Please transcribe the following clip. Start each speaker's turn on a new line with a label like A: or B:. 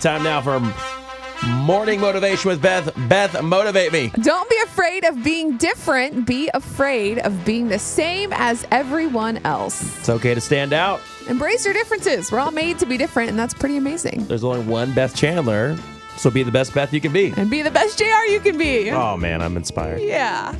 A: Time now for morning motivation with Beth. Beth, motivate me.
B: Don't be afraid of being different. Be afraid of being the same as everyone else.
A: It's okay to stand out.
B: Embrace your differences. We're all made to be different, and that's pretty amazing.
A: There's only one Beth Chandler, so be the best Beth you can be.
B: And be the best JR you can be.
A: Oh man, I'm inspired.
B: Yeah.